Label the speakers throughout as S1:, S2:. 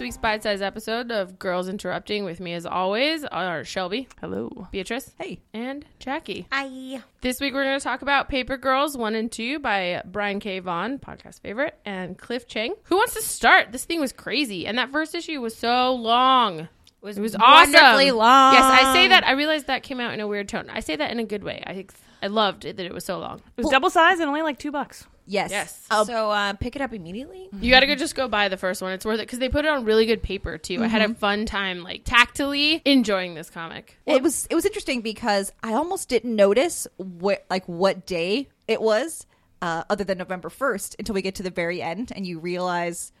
S1: week's bite sized episode of Girls Interrupting with me, as always, are Shelby,
S2: Hello.
S1: Beatrice,
S2: Hey.
S1: and Jackie.
S3: I
S1: This week we're going to talk about Paper Girls 1 and 2 by Brian K. Vaughan, podcast favorite, and Cliff Chang. Who wants to start? This thing was crazy, and that first issue was so long.
S3: was,
S1: It was awesome.
S3: wonderfully long.
S1: Yes, I say that. I realized that came out in a weird tone. I say that in a good way. I I loved it, that it was so long.
S2: It was double size and only like two bucks.
S3: Yes.
S1: Yes.
S3: so uh, pick it up immediately.
S1: You gotta go just go buy the first one. It's worth it because they put it on really good paper too. I
S3: Mm-hmm.
S1: had a fun time like tactily enjoying this comic.
S4: Well, it was it was interesting because I almost didn't notice what like what day it was, uh, other than November first, until we get to the very end and you realize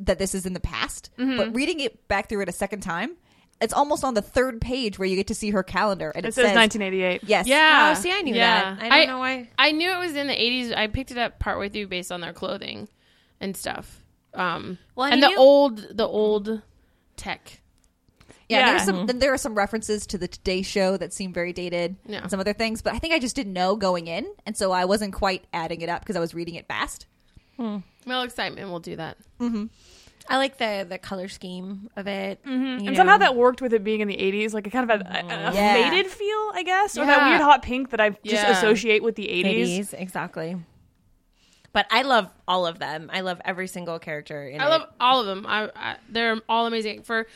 S4: that this is in the past.
S3: Mm-hmm.
S4: But reading it back through it a second time, it's almost on the third page where you get to see her calendar and it,
S2: It says 1988.
S4: Yes,
S1: Yeah.
S3: Oh, see, I knew
S1: Yeah.
S3: that. I don't know why.
S1: I knew it was in the 80s. I picked it up partway through based on their clothing and stuff. Um,
S3: Well,
S1: and,
S3: and
S1: the
S3: you-
S1: old the old tech.
S4: Yeah,
S2: Yeah.
S4: There's some, then there are some references to the Today Show that seem very dated,
S1: Yeah.
S4: and some other things, but I think I just didn't know going in, and so I wasn't quite adding it up because I was reading it fast.
S1: Well, excitement will do that.
S3: I like the the color scheme of it. you
S2: And
S3: know.
S2: somehow that worked with it being in the 80s, like it kind of had a, a
S4: Yeah.
S2: faded feel, I guess, or
S1: Yeah.
S2: that weird hot pink that I just
S1: Yeah.
S2: associate with the 80s.
S3: 80s, exactly. But I love all of them. I love every single character. In
S1: I
S3: it.
S1: love all of them. I, I they're all amazing. For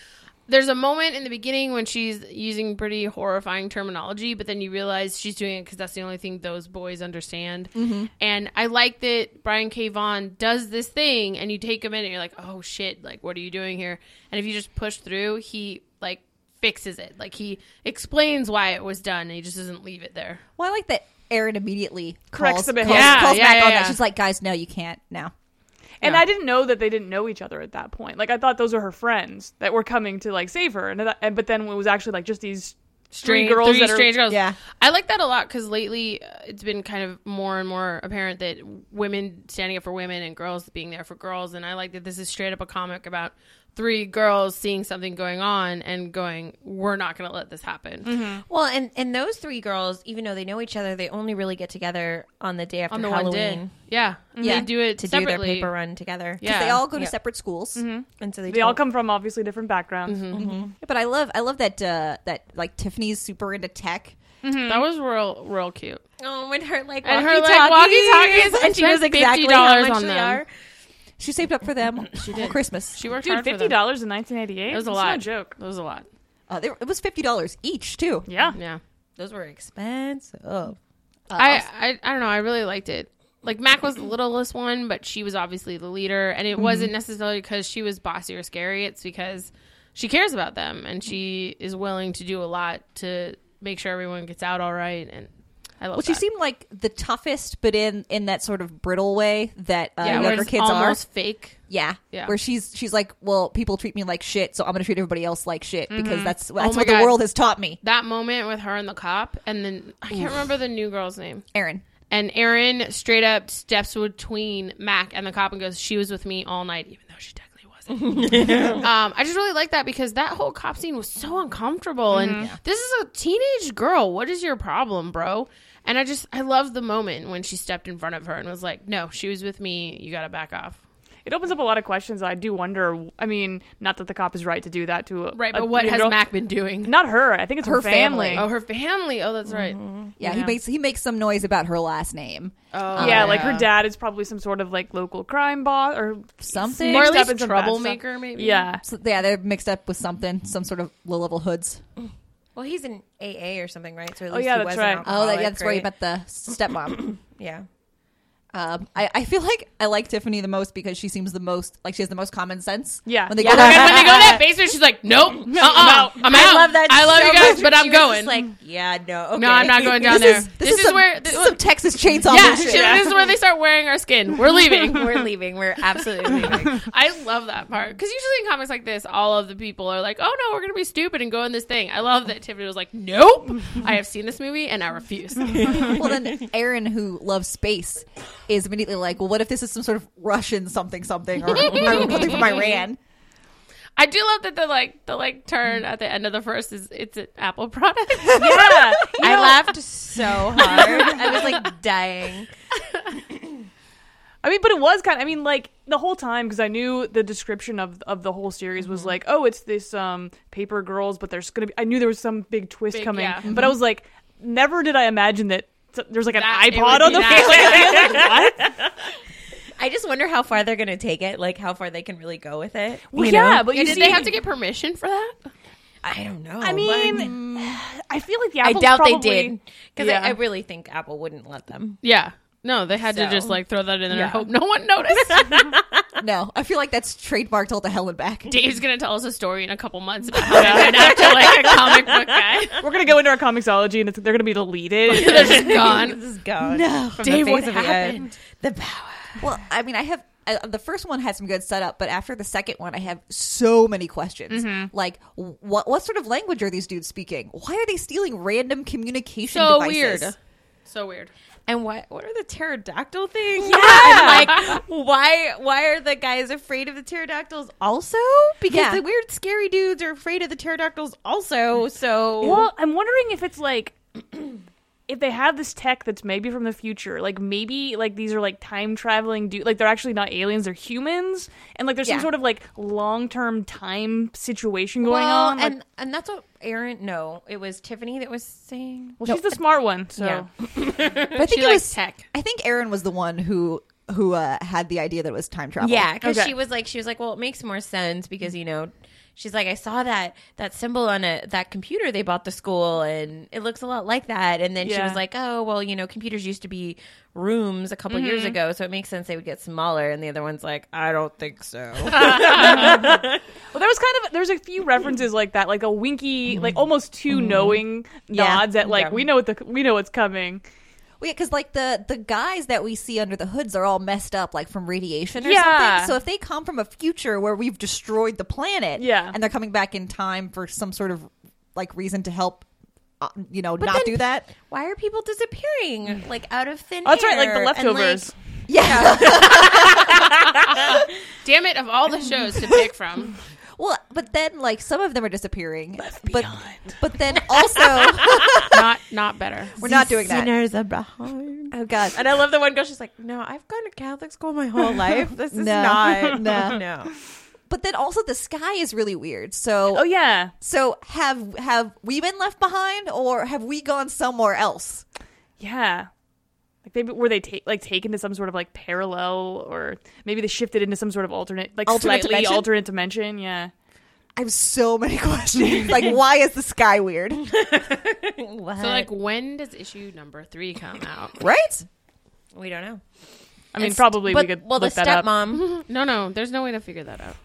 S1: there's a moment in the beginning when she's using pretty horrifying terminology, but then you realize she's doing it because that's the only thing those boys understand.
S3: Mm-hmm.
S1: And I like that Brian K. Vaughan does this thing, and you take a minute, and you're like, oh shit, like what are you doing here? And if you just push through, he like fixes it. Like he explains why it was done, and he just doesn't leave it there.
S4: Well, I like that Erin immediately
S2: Corrects
S4: calls,
S2: the
S4: calls,
S2: behavior.
S1: Yeah,
S4: calls
S1: yeah,
S4: back
S1: yeah,
S4: on
S1: yeah.
S4: that. She's like, guys, no, you can't now.
S2: And
S1: Yeah.
S2: I didn't know that they didn't know each other at that point. Like I thought those were her friends that were coming to like save her, and, that, and but then it was actually like just these
S1: Strange
S2: three girls
S1: three
S2: that
S1: strange
S2: are
S1: girls.
S4: Yeah.
S1: I like that a lot because lately uh, it's been kind of more and more apparent that women standing up for women and girls being there for girls, and I like that this is straight up a comic about three girls seeing something going on and going, "We're not going to let this happen."
S3: Well, and and those three girls, even though they know each other, they only really get together on the day after
S1: On the
S3: Halloween
S1: one day, yeah,
S4: Yeah.
S1: they do it
S3: to
S1: separately.
S3: do their paper run together.
S1: Yeah. Mm-hmm.
S4: They all go to
S3: Yeah.
S4: separate schools.
S3: and so they,
S2: They all
S3: don't-
S2: come from obviously different backgrounds.
S4: But I love I love that uh, that like Tiffany's super into tech.
S1: Hmm. That was real, real cute.
S3: Oh, and her like
S1: And
S3: and
S1: her,
S3: her
S1: like, walkie-talkies. I
S3: and she knows
S1: spent
S3: exactly
S1: $50
S3: how much
S1: on
S3: they
S1: them.
S3: are.
S4: She saved up for them she did. Christmas.
S1: She worked
S2: Dude,
S1: hard for them.
S2: fifty dollars in nineteen eighty eight.
S1: That was a lot.
S2: No joke.
S1: That was a lot.
S4: Uh, they, it was fifty dollars each too.
S2: Yeah.
S1: Yeah.
S3: Those were expensive. Oh,
S1: I, I I don't know. I really liked it. Like Mac was the littlest one, but she was obviously the leader, and it
S4: Mhm.
S1: wasn't necessarily because she was bossy or scary. It's because she cares about them and she is willing to do a lot to make sure everyone gets out all right. And I love.
S4: Well, she
S1: that.
S4: seemed like the toughest, but in in that sort of brittle way that uh,
S1: yeah, where
S4: younger
S1: it's
S4: kids are.
S1: almost fake.
S4: Yeah.
S1: Yeah.
S4: where she's she's like, well, people treat me like shit, so I'm gonna treat everybody else like shit because that's that's
S1: Mm-hmm. Oh my
S4: what
S1: God.
S4: the world has taught me.
S1: That moment with her and the cop, and then I can't remember the new girl's name.
S4: Erin,
S1: And Aaron straight up steps between Mac and the cop and goes, "She was with me all night, even though she technically wasn't." um, I just really like that because that whole cop scene was so uncomfortable.
S2: Mm-hmm.
S1: And this is a teenage girl. What is your problem, bro? And I just I love the moment when she stepped in front of her and was like, "No, she was with me. You got to back off."
S2: It opens up a lot of questions. I do wonder. I mean, not that the cop is right to do that to a,
S1: Right,
S2: a
S1: but what
S2: three
S1: has
S2: girl-
S1: Mac been doing?
S2: Not her. I think it's her,
S4: Her family.
S2: family.
S1: Oh, her family. Oh, that's right.
S2: Mm-hmm.
S4: yeah, he
S2: Yeah.
S4: makes he makes some noise about her last name,
S1: Oh,
S2: yeah, like her dad is probably some sort of like local crime boss or
S4: something.
S1: or
S2: mixed
S1: at
S2: up
S1: least
S2: in some bad
S1: troublemaker,
S2: stuff.
S1: maybe.
S2: Yeah.
S4: So, yeah, they're mixed up with something, some sort of low level hoods.
S3: well, he's in AA or something, right? So at least
S2: yeah,
S3: he
S2: that's
S3: was
S2: right.
S4: Oh,
S3: An
S4: that,
S3: alcoholic,
S4: yeah, that's where you met
S3: right?
S4: the stepmom.
S3: Yeah.
S4: um, I, I feel like I like Tiffany the most because she seems the most like she has the most common sense.
S2: Yeah.
S4: when they
S2: Yeah.
S4: go
S1: And when they go to that basement, she's like, "Nope, uh-uh, I'm out.
S3: I love that.
S1: I love
S3: so
S1: you guys,
S3: much.
S1: but I'm
S3: She was
S1: going."
S3: just like, yeah, no, okay.
S1: No, I'm not going down
S4: this
S1: there.
S4: is this, is, some,
S1: where
S4: this is some Texas chainsaw
S1: yeah,
S4: bullshit.
S1: shit, this is where they start wearing our skin. We're leaving.
S3: We're leaving. We're absolutely leaving.
S1: I love that part because usually in comics like this, all of the people are like, "Oh no, we're gonna be stupid and go in this thing." I love that Tiffany was like, "Nope, I have seen this movie and I refuse."
S4: well, then Aaron, who loves space, is immediately like, "Well, what if this is some sort of Russian something something or something from Iran?"
S1: I do love that the like the like turn at the end of the first is it's an Apple product.
S2: Yeah.
S3: I laughed so hard. I was like dying.
S2: I mean, but it was kind of. I mean, like the whole time because I knew the description of of the whole series
S1: Mm-hmm.
S2: was like, oh, it's this um paper girls, but there's gonna be. I knew there was some big twist
S1: Big-
S2: coming,
S1: yeah.
S2: but I was like, never did I imagine that t- there's like an
S1: That- it
S2: iPod
S1: would
S2: on
S1: be
S2: the
S1: that.
S2: face. Like, what?
S3: I just wonder how far they're going to take it, like how far they can really go with it.
S2: Well,
S3: you
S2: yeah,
S3: know?
S2: but
S1: Yeah,
S2: you
S1: did
S2: see,
S1: they have to get permission for that?
S3: I don't know.
S2: I mean, I feel like the
S3: I
S2: Apple's
S3: doubt
S2: probably,
S3: they did because
S2: Yeah.
S3: I, I really think Apple wouldn't let them.
S1: Yeah. No, they had to
S3: So-
S1: just like throw that in there
S3: Yeah.
S1: and hope no one noticed.
S4: No, I feel like that's trademarked all the hell and back.
S1: Dave's gonna tell us a story in a couple months about how they went after like a comic book guy.
S2: We're gonna go into our comicsology and it's, they're gonna be deleted.
S1: They're just gone.
S3: This is gone.
S4: No.
S3: from
S1: Dave,
S3: the face
S1: what
S3: of
S1: happened?
S3: The, earth. the power.
S4: Well, I mean, I have I, the first one had some good setup, but after the second one, I have so many questions.
S1: Mm-hmm.
S4: Like, what what sort of language are these dudes speaking? Why are they stealing random communication?
S1: So
S4: devices?
S1: weird. So weird.
S3: And what what are the pterodactyl things? Yeah, like why why are the guys afraid of the pterodactyls also? Because
S4: Yeah.
S3: the weird scary dudes are afraid of the pterodactyls also. So
S2: Well, I'm wondering if it's like if they have this tech that's maybe from the future, like maybe like these are like time traveling do like they're actually not aliens, they're humans, and like there's
S4: Yeah.
S2: some sort of like long term time situation going
S3: Well,
S2: on. Like,
S3: and and that's what Aaron. No, it was Tiffany that was saying.
S2: well, she's the smart one, so
S3: Yeah.
S4: But I think
S1: She
S4: it
S1: likes
S4: was
S1: tech.
S4: I think Aaron was the one who who uh, had the idea that it was time travel.
S3: Yeah, because
S2: Okay.
S3: she was like, she was like, well, it makes more sense because you know, she's like, I saw that that symbol on a that computer they bought the school, and it looks a lot like that. And then she
S2: Yeah.
S3: was like, oh, well, you know, computers used to be rooms a couple years
S2: Mm-hmm.
S3: ago, so it makes sense they would get smaller. And the other one's like, I don't think so.
S2: Well, there was kind of there's a few references like that, like a winky, like almost too knowing
S4: Yeah.
S2: nods at like
S3: Yeah.
S2: we know what the we know what's coming.
S4: because like the the guys that we see under the hoods are all messed up, like from radiation or
S2: Yeah.
S4: something. So if they come from a future where we've destroyed the planet,
S2: Yeah.
S4: and they're coming back in time for some sort of like reason to help, uh, you know, not
S3: then-
S4: do that.
S3: Why are people disappearing like out of thin
S2: Oh, that's right, like the
S3: air? And,
S2: leftovers.
S4: Yeah.
S1: Damn it! Of all the shows to pick from,
S4: Well, but then like some of them are disappearing. but but then also
S1: not not better.
S4: we're not doing
S3: Like,
S4: that.
S3: sinners are behind.
S4: Oh god.
S3: And I love the one girl. She's like, "No, I've gone to Catholic school my whole life. This is
S4: No.
S3: not
S4: No.
S3: no."
S4: But then also the sky is really weird. So
S2: Oh yeah,
S4: so have have we been left behind or have we gone somewhere else?
S2: Yeah. Like they were they ta- like taken to some sort of like parallel or maybe they shifted into some sort of alternate like
S4: Alternate
S2: slightly
S4: dimension?
S2: alternate dimension, yeah.
S4: I have so many questions. like why is the sky weird?
S1: So like, when does issue number three come out?
S4: Right?
S3: we don't know.
S2: I mean probably we could
S3: well,
S2: look
S3: the
S2: that up.
S3: stepmom,
S1: No, no. There's no way to figure that out.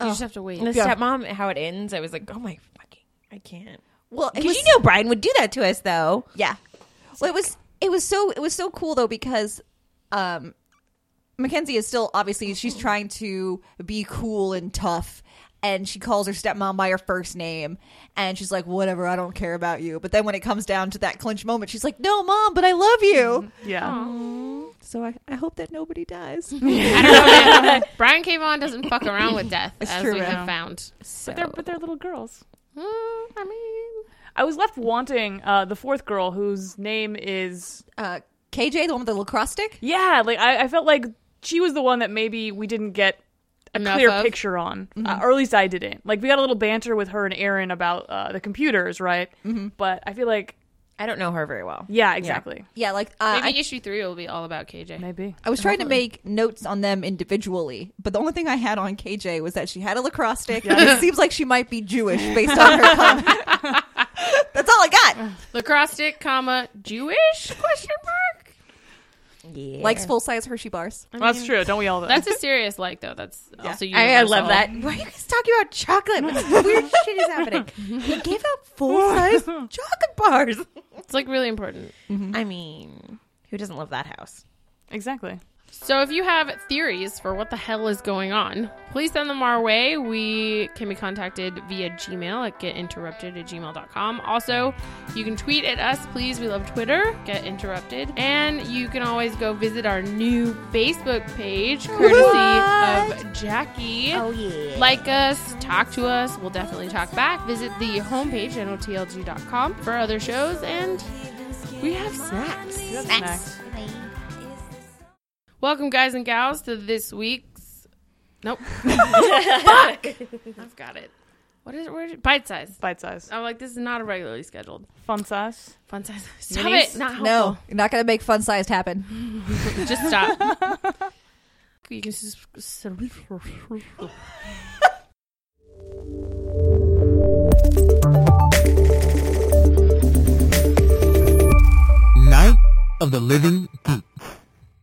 S1: You
S4: Oh.
S1: just have to wait.
S3: the
S4: Yeah.
S3: stepmom, how it ends. I was like, oh my fucking, I can't.
S4: Well, it was,
S3: Because you know Brian would do that to us, though.
S4: yeah. Well, it was it was so it was so cool though because um Mackenzie is still obviously she's trying to be cool and tough and she calls her stepmom by her first name and she's like whatever I don't care about you but then when it comes down to that clinch moment she's like no mom but I love you
S2: Yeah.
S4: so I, I hope that nobody dies
S1: I don't know. Man. Brian K. Vaughan doesn't fuck around with death, as
S4: true,
S1: we
S4: yeah.
S1: have found.
S2: But they're but they're little girls.
S1: Mm, I mean,
S2: I was left wanting uh the fourth girl whose name is
S4: uh KJ the one with the lacrosse stick
S2: Yeah, like I, I felt like she was the one that maybe we didn't get a
S1: Enough
S2: clear
S1: of.
S2: picture on, uh, or at least I didn't. Like we got a little banter with her and Aaron about uh, the computers, right? But I feel like,
S3: I don't know her very well.
S2: yeah, exactly,
S4: yeah like uh,
S1: maybe
S4: I,
S1: issue three will be all about KJ.
S2: maybe.
S4: I was trying to make notes on them individually but the only thing I had on KJ was that she had a lacrosse stick and it seems like she might be Jewish based on her comment that's all I
S3: Oh,
S4: got
S1: Lacrosse stick, comma Jewish question mark.
S3: Yeah.
S4: likes full size Hershey bars
S2: that's true. Don't we all? Though?
S1: That's a serious like though. That's also you.
S3: I, I love that. Why are you guys talking about chocolate? What weird shit is happening? He gave out full size chocolate bars.
S1: It's like really important.
S3: I mean, who doesn't love that house?
S2: exactly.
S1: So if you have theories for what the hell is going on, please send them our way. We can be contacted via Gmail at getinterrupted at gmail.com. Also, you can tweet at us, please. We love Twitter, Get Interrupted. And you can always go visit our new Facebook page, courtesy of Jackie.
S3: yeah.
S1: Like us, talk to us, we'll definitely talk back. Visit the homepage, notlg.com, for other shows, and we have snacks.
S2: That's next.
S1: Welcome, guys and gals, to this week's. Nope. Fuck! I've got it. What is it? Where is it? Bite size.
S2: Bite size,
S1: I'm like, this is not a regularly scheduled
S2: fun size.
S1: fun size. Stop
S4: Minis?
S1: it. Not
S4: No,
S1: helpful.
S4: you're not going to make fun sized happen.
S1: No. Just stop. you can just.
S5: Night of the Living Poop.